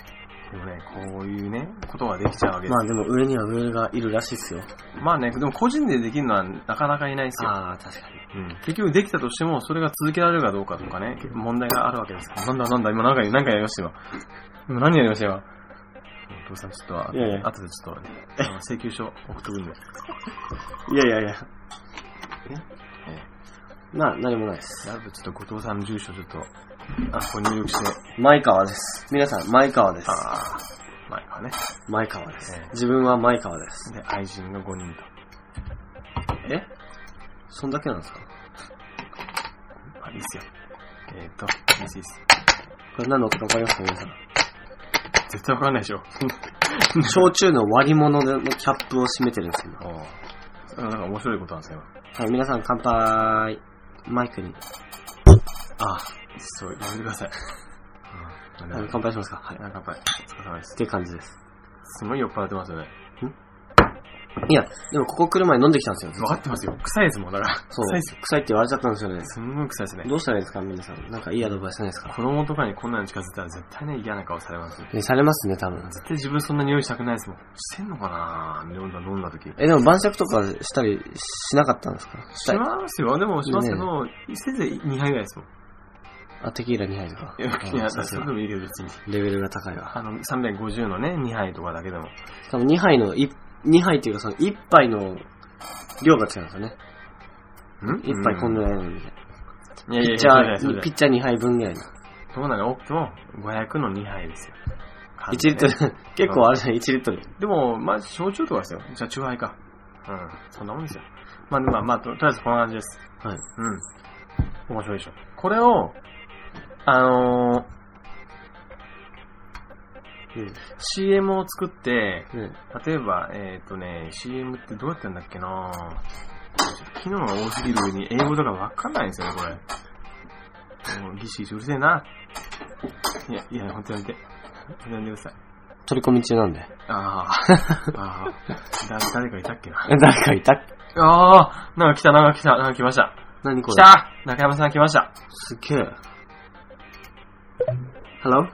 S4: でもね、こういうね、ことができちゃうわけです。
S3: まあでも上にはウェルがいるらしいっすよ。
S4: まあね、でも個人でできるのはなかなかいないですよ。
S3: ああ、確かに。
S4: うん、結局できたとしても、それが続けられるかどうかとかね、結構問題があるわけですから。なんだなんだ、今何か、何かやりましたよ。今何やりましたよ。お父さん、ちょっと、あ
S3: いやいや
S4: 後でちょっと、あの請求書送っとくんで。
S3: いやいやいや。
S4: え
S3: な、何もないです。
S4: えなるべくちょっと後藤さんの住所ちょっと、あそこ入力して、
S3: 前川です。皆さん、前川です
S4: あ。あ、前からね。
S3: 前川です
S4: ええ。
S3: 自分は前川です。
S4: で、愛人が5人と。
S3: えそんだけなんですか
S4: あ、いいっすよ。えっ、と、いいっすいいっす。
S3: これ何の音かわかりますか皆さん。
S4: 絶対わかんないでしょ。
S3: 焼酎の割り物のキャップを閉めてるんですよ、今
S4: おうなんか面白いことなんですよ。
S3: はい、皆さん乾杯。マイクに。ああ、
S4: そう、やめてください。うん
S3: あの乾杯しますかはい。っ
S4: なんかやっぱり、お疲れ様です。
S3: ていう感じです。
S4: すごい酔っ払ってますよね。
S3: いや、でもここ来る前に飲んできたんですよ。ずっと
S4: 分かってますよ。臭いですもん、だから。
S3: そ
S4: 臭いうで。すよ。
S3: 臭いって言われちゃったんですよね。
S4: すんごい臭いですね。
S3: どうしたらいいですか、皆さん。なんかいいアドバイスないですか
S4: 子供とかにこんなの近づいたら絶対ね、嫌な顔されますよ。
S3: え、されますね、多分。
S4: 絶対自分そんな匂いしたくないですもん。してんのかな飲んだ、飲んだ時。
S3: え、でも晩酌とかしたりしなかったんですかし
S4: した
S3: い。
S4: ますよ。でもしますけど、せいぜい2杯ぐらいですもん。
S3: あ、テキーラ2杯とか。
S4: い や、いや、
S3: さ
S4: そ
S3: す
S4: れ
S3: が
S4: でもいいけど別に。
S3: レベルが高いわ。
S4: あの、350のね、2杯とかだけでも。
S3: 多分2杯の、い2杯っていうかその1杯の量が違うんですよね。
S4: ん
S3: 1杯こんぐらいなのに。
S4: いやい
S3: ピ
S4: や
S3: ッ
S4: い
S3: チ
S4: や、
S3: ャ
S4: そう
S3: ー、
S4: だ
S3: ピッ
S4: よ。
S3: チャー2杯分ぐらいの。
S4: そうなの多くても500の2杯ですよ。
S3: 1リットル、結構あるじゃん、1リットル。
S4: でも、まあ、焼酎とかですよ。じゃあ、中杯か。うん。そんなもんですよ。まあ、まあ、まあ、ととりあえずこんな感じです。
S3: はい。
S4: うん。面白いでしょ。これを、あのー、
S3: う
S4: CM を作って、
S3: ん。ね
S4: 例えば、えっ、とね、CM ってどうやってんだっけな機能が多すぎる上に英語とかわかんないんですよね、これ。もう、ギシギシうるせえな。いや、いや、ほんとやめて。ほんとやめてください。
S3: 取り込み中なんで。
S4: ああ、ああ、だ誰かいたっけな。
S3: え誰かいた
S4: ああ、なんか来た、なんか来た、なんか来ました。
S3: 何こ
S4: 来
S3: れ
S4: た中山さん来ました。
S3: すげえ。Hello?
S4: う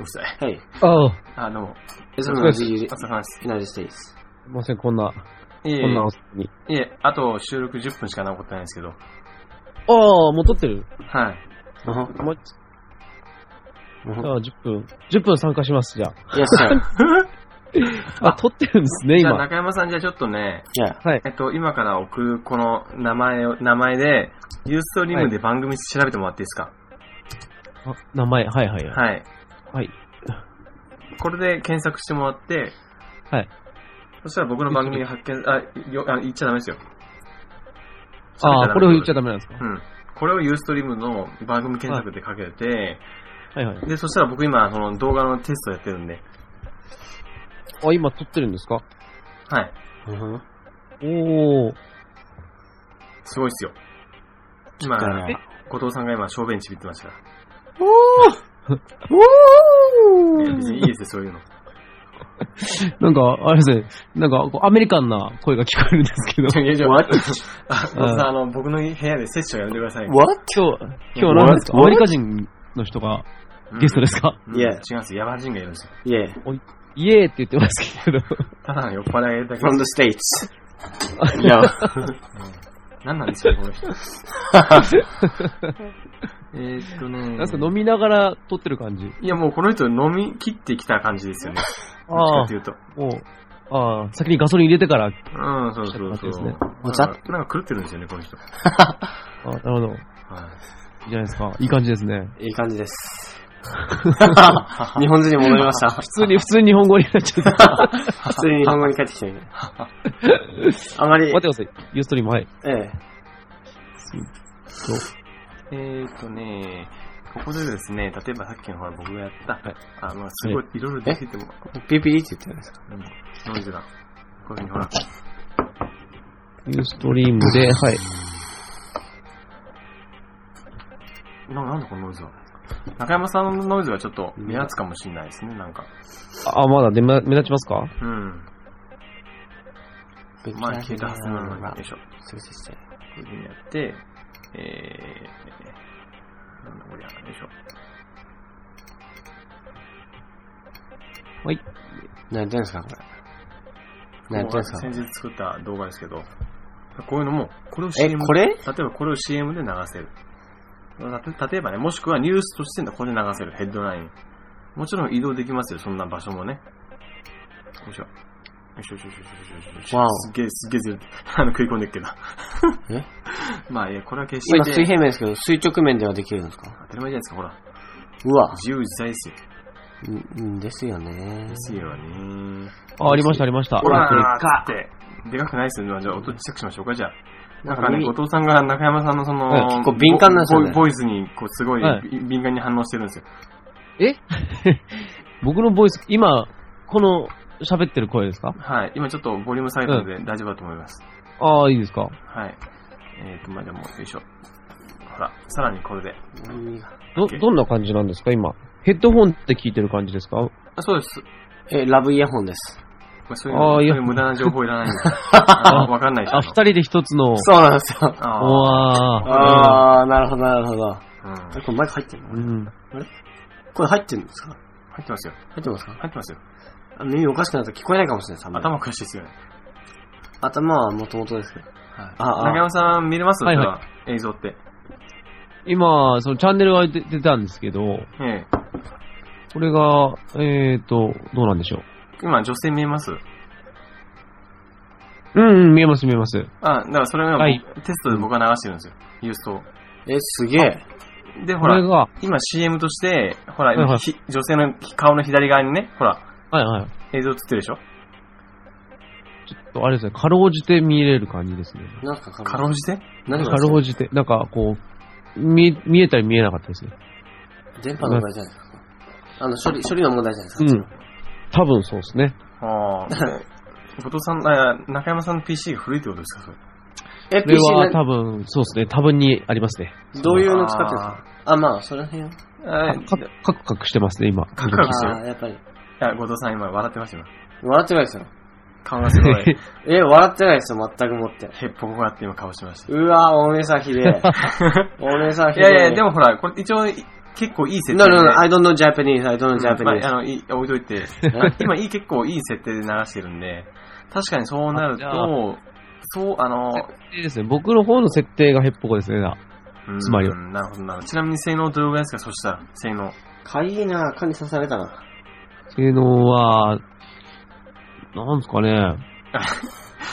S4: るさい。
S3: Hey.
S5: ああ、
S4: あ、どうも。
S3: Is it
S5: お疲れ様
S3: the
S4: お疲れ様です。
S3: United States?
S5: すいません、こんな、
S4: いえい
S5: こんな遅いに。
S4: え、いえ、あと収録10分しか残ってないんですけど。
S5: ああ、もう撮ってる。
S4: はい。
S3: Uh-huh.
S5: もう、ああ、10分。10分参加します、じゃ
S3: Yes, sir.
S5: あ。あ、撮ってるんですね、
S4: じゃあ
S5: 今。
S4: 中山さん、じゃあちょっとね、
S3: Yeah.
S5: はい。
S4: えっと、今から送るこの名前を、名前で、ユーストリームで番組調べてもらっていいですか
S5: あ名前、はいはいはい。
S4: はい。
S5: はい。
S4: これで検索してもらって、
S5: はい。
S4: そしたら僕の番組が発見、あ、よあ言っちゃダメですよ。
S5: ああ、これを言っちゃ
S4: ダ
S5: ダメなんですか
S4: メ。うん。これをユーストリームの番組検索でかけて、
S5: はいはい。
S4: で、そしたら僕今、その動画のテストやってるんで、
S5: あ、今撮ってるんですか
S4: はい。
S3: Uh-huh.
S5: おー。
S4: すごいっすよ。今、後藤さんが今、小便ちびってましたから。
S5: おー
S4: いや別にいいですよ、そういうの。
S5: なんか、あれですね、なんかこう、アメリカンな声が聞こえるんですけど、
S4: いや、じゃあ、
S3: What?
S4: あ小田さん、あの、僕の部屋でセッションやめてください。
S3: What?
S5: 今日、今日何ですか
S3: What?
S5: アメリカ人の人が
S4: うん
S5: ゲストですか、
S4: うん
S3: いや
S4: 違うんです。ヤバ人がいるんですよ。
S3: Yeah.
S5: イエーって言ってますけど、
S4: ただの酔っ払いだけ。
S3: From the States. Yeah.
S4: 何なんですか、この 人。えーっとね。
S5: なんすか飲みながら撮ってる感じ。
S4: いや、もうこの人飲み切ってきた感じですよね。ど
S5: あ
S4: っ
S5: あ
S4: ちかというと。
S5: もう、ああ、先にガソリン入れてから、
S4: うん、そうそうそう。
S5: ちょっと待ってですね
S4: なん
S3: ざ
S4: かなんか狂ってるんですよね、この人。
S5: あなるほど、い
S4: はい
S5: じゃないですか。いい感じですね。
S3: いい感じです。 日本人に戻りました。普
S5: 普通に、普通に日本語になっちゃった。
S3: 通に日本語に帰ってきて る。あまり
S5: 待っ、てください。ユーストリーム、はい。
S3: ええ。
S4: い。えーっとね、ここでですね、例えばさっきのほら僕がやった
S5: はい、
S4: あの、すごいいろいろ出てても、
S3: ピーピーって言ってるんですか
S4: うんノイズが。こういうふうにほら、
S5: ユーストリームで、はい。
S4: ななんだこのノイズは。中山さんのノイズはちょっと目立つかもしれないですね、なんか。
S5: あ、まだ出ま目立ちますか
S4: うん。
S3: 別
S4: 前消えたはずなのに、よいしょ。こ
S3: そうですね。
S4: ういうふうにやって、えー、なんだこりゃ、よいしょ。
S5: はい。
S3: 何やってんですかこれ。何やってんですか
S4: 先日作った動画ですけど、こういうのも、これを
S3: え、
S4: CM、
S3: これ
S4: 例えばこれを CM で流せる。た例えばね、もしくはニュースとしてこれで流せる、ヘッドライン。もちろん移動できますよ、そんな場所もね。よいしょ。よいしょよいしょよいしょよいしょ
S3: わお
S4: よいしょ。すっげえ、すっげえずれて、あの、食い込んでる けど。
S3: え
S4: まあ、いや、これは決して、
S3: 今水平面ですけど、垂直面ではできるんですか
S4: 当たり前じゃないですか、ほら。
S3: うわ。
S4: 自由自在ですよ。
S3: うんうんですよね
S4: で。すよね。
S5: あ、ありました、ありました。
S4: ほら、
S5: これ
S4: でかって。でかくないですよ、ね。じゃあ、音小さくしましょうか、じゃあ。なんかね、
S3: 耳
S4: 後藤さんが中山さんのその、
S5: はい
S3: 結構敏感なんですよね
S4: ボボイスに、こう、すごい、
S5: はい
S4: 敏感に反応してるんですよ。
S5: え 僕のボイス、今、この喋ってる声ですか
S4: はい。今ちょっとボリューム下げたので大丈夫だと思います。
S5: ああ、いいですか
S4: はい。えっ、と、まあ、でも、よいしょ。ほら、さらにこれで。
S3: 耳が
S5: ど、どんな感じなんですか今。ヘッドホンって聞いてる感じですか
S4: あそうです。
S3: え、ラブイヤホンです。
S4: まあ、そういうの、
S5: あ
S4: そ
S5: ー
S4: う
S5: い
S4: い
S5: や
S4: う無駄な情報いらないん で。あーわかんないでしょ。
S5: あ、二人で一つの。
S3: そうなんですよ。
S4: あー
S5: わあ。
S3: あー、なるほど、なるほど。
S4: うん。
S3: え、これマイク入ってん
S5: う
S3: の
S5: ん。
S3: これ入ってんですか
S4: 入ってますよ。
S3: 入ってますか
S4: 入ってますよ。
S3: あ耳おかしくなると聞こえないかもしれないです、あんまり
S4: 頭おかしいですよね。
S3: 頭はもともとですけど。
S4: はい。
S3: ああ
S4: 中山さん見れます
S5: はいはい
S4: それは映像って。
S5: 今、そのチャンネルは出出たんですけど、
S4: ええ
S5: これが、えーと、どうなんでしょ
S4: 今、女性見えます
S5: う。うん、うん、見えます、見えます。
S4: あ、だからそれが、
S5: はい
S4: テストで僕は流してるんですよ。郵送。
S3: え、すげえ。
S4: で、ほ
S5: これ
S4: ら、
S5: が、
S4: 今 CM として、ほら、
S5: はいはい
S4: ひ女性の顔の左側にね、ほら、
S5: はいはい。
S4: 映像映ってるでしょ
S5: ちょっとあれですね、かろうじて見れる感じですね。
S3: なんかか
S4: かろうじて
S5: か
S3: 何が
S5: ろうじて、なんかこう、見、見えたり見えなかったですね。
S3: 電波の問題じゃないですか。あの、処理、処理の問題じゃないです
S5: う
S3: か。
S5: ん。多分そうですね。
S4: ああ。後藤さん、あ中山さんの PC が古いってことですか、それ。
S3: え、
S5: これ
S3: PC
S5: は
S3: な
S5: 多分、そうですね、多分にありますね。
S3: どういうの使ってるんですかあ、まあ、その辺。あ
S4: あー
S5: カクカクカクしてますね、今。
S4: カクカクして
S3: あ、やっぱり。
S4: あ後藤さん今笑ってましたよ。
S3: 笑ってないですよ。
S4: 顔がすごい、
S3: え、笑ってないですよ、全くもって。
S4: へっぽこがあって今顔してました。
S3: うわお姉さんひで え。お姉さんひ
S4: い
S3: でえ。
S4: やい や、でもほら、これ一応い結構いい設定で。
S3: No, no, no, I don't know Japanese, I don't know
S4: うんま
S3: Japanese.
S4: あ、あの、いい置いといて。今いい、結構いい設定で流してるんで、確かにそうなる
S5: あ
S4: と、そう、あの、
S5: いいですね、僕の方の設定がヘッポコですね、な。
S4: うん
S5: つまりは
S4: なるほどなるほど。ちなみに性能どれぐらいですかそしたら、性能。
S3: かいいな蚊に刺されたな。
S5: 性能は、なんですかね。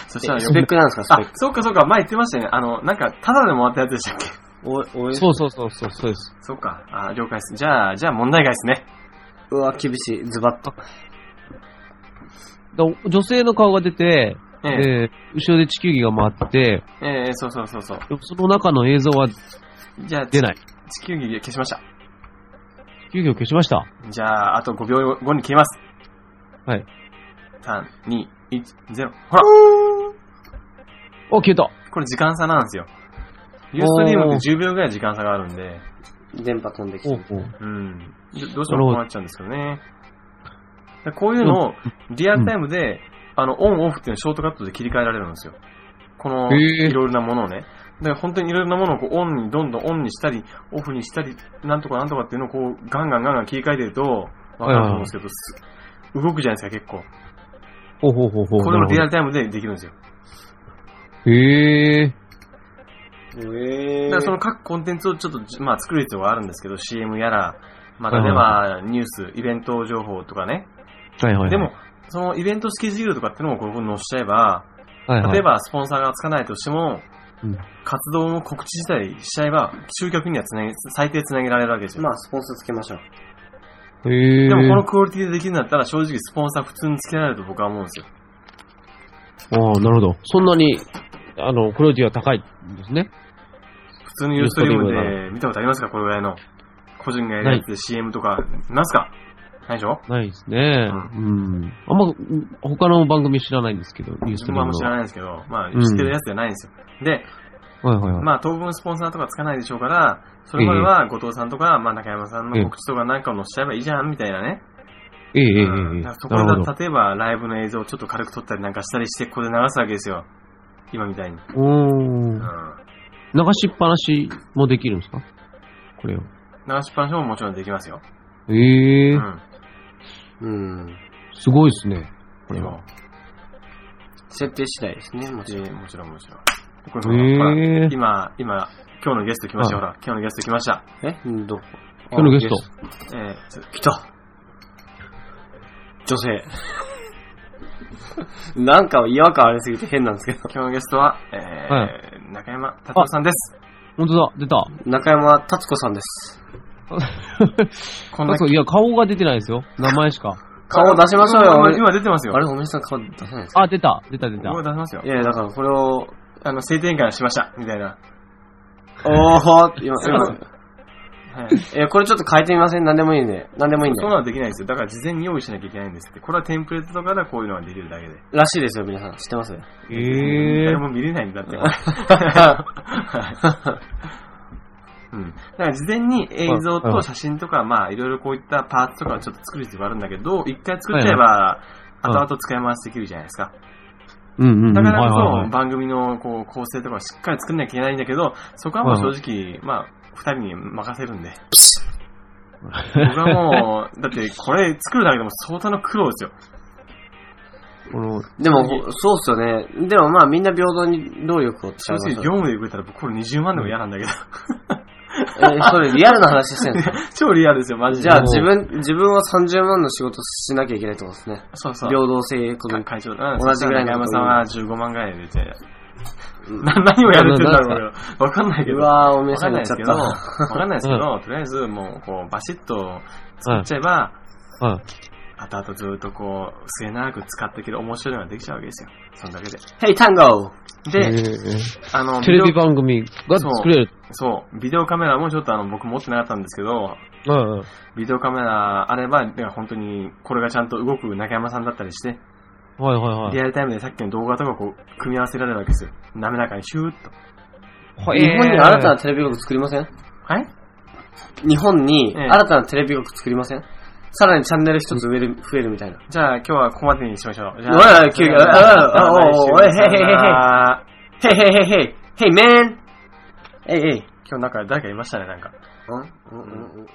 S4: そしたら
S3: え
S4: よ
S3: スペックなんですか、ス
S4: あ
S3: ペッ、ク。
S4: そうかそうか、前言ってましたよね。あの、なんか、ただでもらったやつでしたっけ
S3: お、お
S5: そうそうそうそう、そうです。
S4: そうか。あ、了解です。じゃあ、じゃあ問題外ですね。
S3: うわ、厳しい、ズバッと。
S5: だ女性の顔が出て、
S4: え
S5: え
S4: え
S5: ー後ろで地球儀が回ってて、
S4: ええそうそうそうそう。
S5: でもその中の映像は
S4: じゃあ、
S5: 出ない。
S4: 地球儀消しました。
S5: 地球儀を消しました。
S4: じゃあ、あと5秒後に消えます。
S5: はい。
S4: 3、2、1、0。ほら
S5: お、消えた。
S4: これ時間差なんですよ。ユーストリームって10秒ぐらい時間差があるんで、
S3: 電波飛んでき
S5: お
S3: て
S5: う。おう
S4: うん。どどうしても困っちゃうんですよね。でこういうのをリアルタイムで、あの、オンオフっていうのをショートカットで切り替えられるんですよ。この、
S5: へえ
S4: いろいろなものをね。だから本当にいろいろなものをこうオンに、どんどんオンにしたり、オフにしたり、なんとかなんとかっていうのをこう、ガンガンガンガン切り替えてると、わかると思うんですけど、す動くじゃないですか、結
S5: ほうほうほうほう。
S4: 構。これもリア
S5: なる
S4: ルタイムでできるんですよ。
S5: ほどへえ。
S3: え
S4: だからその各コンテンツをちょっと、じまあ作る必要があるんですけど、CM やら、またね、
S5: うん
S4: まあ、ニュース、イベント情報とかね。
S5: はいはいはい。
S4: でも、、そのイベントスケジュールとかっていうのをここに載せちゃえば、
S5: はいはい、
S4: 例え、ばスポンサーがつかないとしても、
S5: うん
S4: 活動の告知自体しちゃえば、集客にはつなげ、最低つなげられるわけですよ。
S3: まあ、スポンサーつけましょう。
S5: へえ。
S4: でもこのクオリティでできるんだったら、正直スポンサー普通につけられると僕は思うんですよ。
S5: ああ、なるほど。そんなに、あの、クオリティが高いんですね。
S4: 普通のユーストリーム
S5: ユーストリー
S4: で見たことありますかこれぐらいの。個人がやるやつで CM とか、なんすかないでしょ
S5: ないですね。うん。あんま、うん他の番組知らないんですけど、ニュース
S4: 自
S5: と
S4: 分
S5: か
S4: はあんま
S5: の
S4: 知らないんですけど、まあ
S5: うん
S4: 知ってるやつじゃないんですよ。で、
S5: はいはいはい。
S4: まあ当分スポンサーとかつかないでしょうから、それまでは後藤さんとか、まあ中山さんの告知とかなんかを載せちゃえばいいじゃんみたいなね。
S5: えええええ
S4: う
S5: え
S4: んだからそこ
S5: なるほ
S4: で、例えばライブの映像をちょっと軽く撮ったりなんかしたりして、ここで流すわけですよ。今みたいに。
S5: ど。お
S4: う
S5: ー
S4: ん。流
S5: 流しっぱなしもできるんですかこれを。
S4: しっぱなしももちろんできますよ。
S5: ええ
S4: うん。
S3: うん。
S5: すごいですね。これ
S4: で
S5: は。
S4: も
S3: 設定次第ですね、もちろん。
S4: でもちろんもちろん。これほら、
S5: へえ
S4: 今、今、今日のゲスト来ましたよ、ほら。今日のゲスト来ました。
S3: えどこ
S5: 今日のゲスト。
S4: えーつ
S3: 来た女性。 なんか違和感ありすぎて変なんですけど。
S4: 今日のゲストは、えー
S5: は
S4: 中山達夫さんです。
S5: 本当だ、出た。
S3: 中山達子さんです。
S4: こんな
S5: そういや、顔が出てないですよ。名前しか。
S3: 顔出しましょうよ
S4: 今
S3: 俺
S4: 今出てますよ。
S3: あれ、おめさん顔出せないですか
S5: あ、出た、出た、出た
S4: 今。出しますよ
S3: い。やいや、だからこれを、
S4: あの、性転換しました、みたいな。
S3: おー、今、今、
S4: はい。
S3: え、これちょっと変えてみません何でもいいんで。何でもいいんで
S4: そう。なのできないんですよ。だから事前に用意しなきゃいけないんですって。これはテンプレートとかでこういうのができるだけで。
S3: らしいですよ、皆さん。知ってます
S5: え
S4: 誰
S5: え
S4: も見れないん だって。はいうん、だから事前に映像と写真とか、まあいろいろこういったパーツとかをちょっと作る必要があるんだけど、一回作っちゃえば、後々使い回しできるじゃないですか。
S5: うんうんうん。
S4: だから
S5: はいはいは
S4: こそ
S5: い
S4: 番組のこう構成とかをしっかり作んなきゃいけないんだけど、そこはもう正直、まあ二人に任せる んで。僕はもう、だってこれ作るだけでも相当の苦労 ですよ。
S5: この、
S3: でも、ほそうっすよね。でもまあみんな平等に労力を使
S4: 正
S3: いま
S4: 直
S3: しょう
S4: 業務でくれたら僕これ20万でも嫌なんだけど。
S3: え、 それリアルな話してるん ですか
S4: 超リアルですよ、マジ
S3: じ
S4: で。
S3: ゃあ自分、自分は30万の仕事しなきゃいけないってことですね。
S4: そうそう。
S3: 平等性こ
S4: か
S3: の
S4: 会長だ。
S3: 同じぐらいの
S4: 中山さんは15万ぐらいで出て。
S3: うん
S4: な 何をやれてるんだろ うこれわかんないけ
S3: う
S4: ど。わ
S3: わー、おめえさ
S4: か
S3: んにな
S4: んない
S3: っ
S4: で
S3: ちゃ
S4: す
S3: っ
S4: け
S3: た
S4: ど、
S3: わ。
S4: わかんないですけど、とりあえずもうこうバシッと作っちゃえば、
S5: はい。
S4: 後々ずっとこう末永く使っていける面白いのができちゃうわけですよ。そんだけで。
S3: Hey, Tango!
S4: で、
S5: ええ
S4: あの、
S5: テレビ
S4: ビデオ
S5: 番組が作れる。
S4: そう、ビデオカメラもちょっとあの僕持ってなかったんですけど、
S5: うんうん。
S4: ビデオカメラあれば、いや本当にこれがちゃんと動く中山さんだったりして、
S5: はいはい
S4: リ
S5: はい。
S4: アルタイムでさっきの動画とかをこう、組み合わせられるわけですよ。滑らかにシューッと。
S5: は
S3: 日本に新たなテレビ局作りません
S4: はい
S3: 日本に
S4: ええ
S3: 新たなテレビ局作りませんさらにチャンネル一つ増える、増えるみたいな。
S4: じゃあ今日はここまでにしましょう。じゃ
S3: おい
S4: あ、
S3: おい急に
S4: さよな
S3: あ
S4: ら
S3: あああおいおい
S4: さよなら
S3: Hey, hey, hey, hey! Hey, man! Hey, hey!
S4: 今日なんか誰かいましたね、なんか。
S3: うんうんうんうん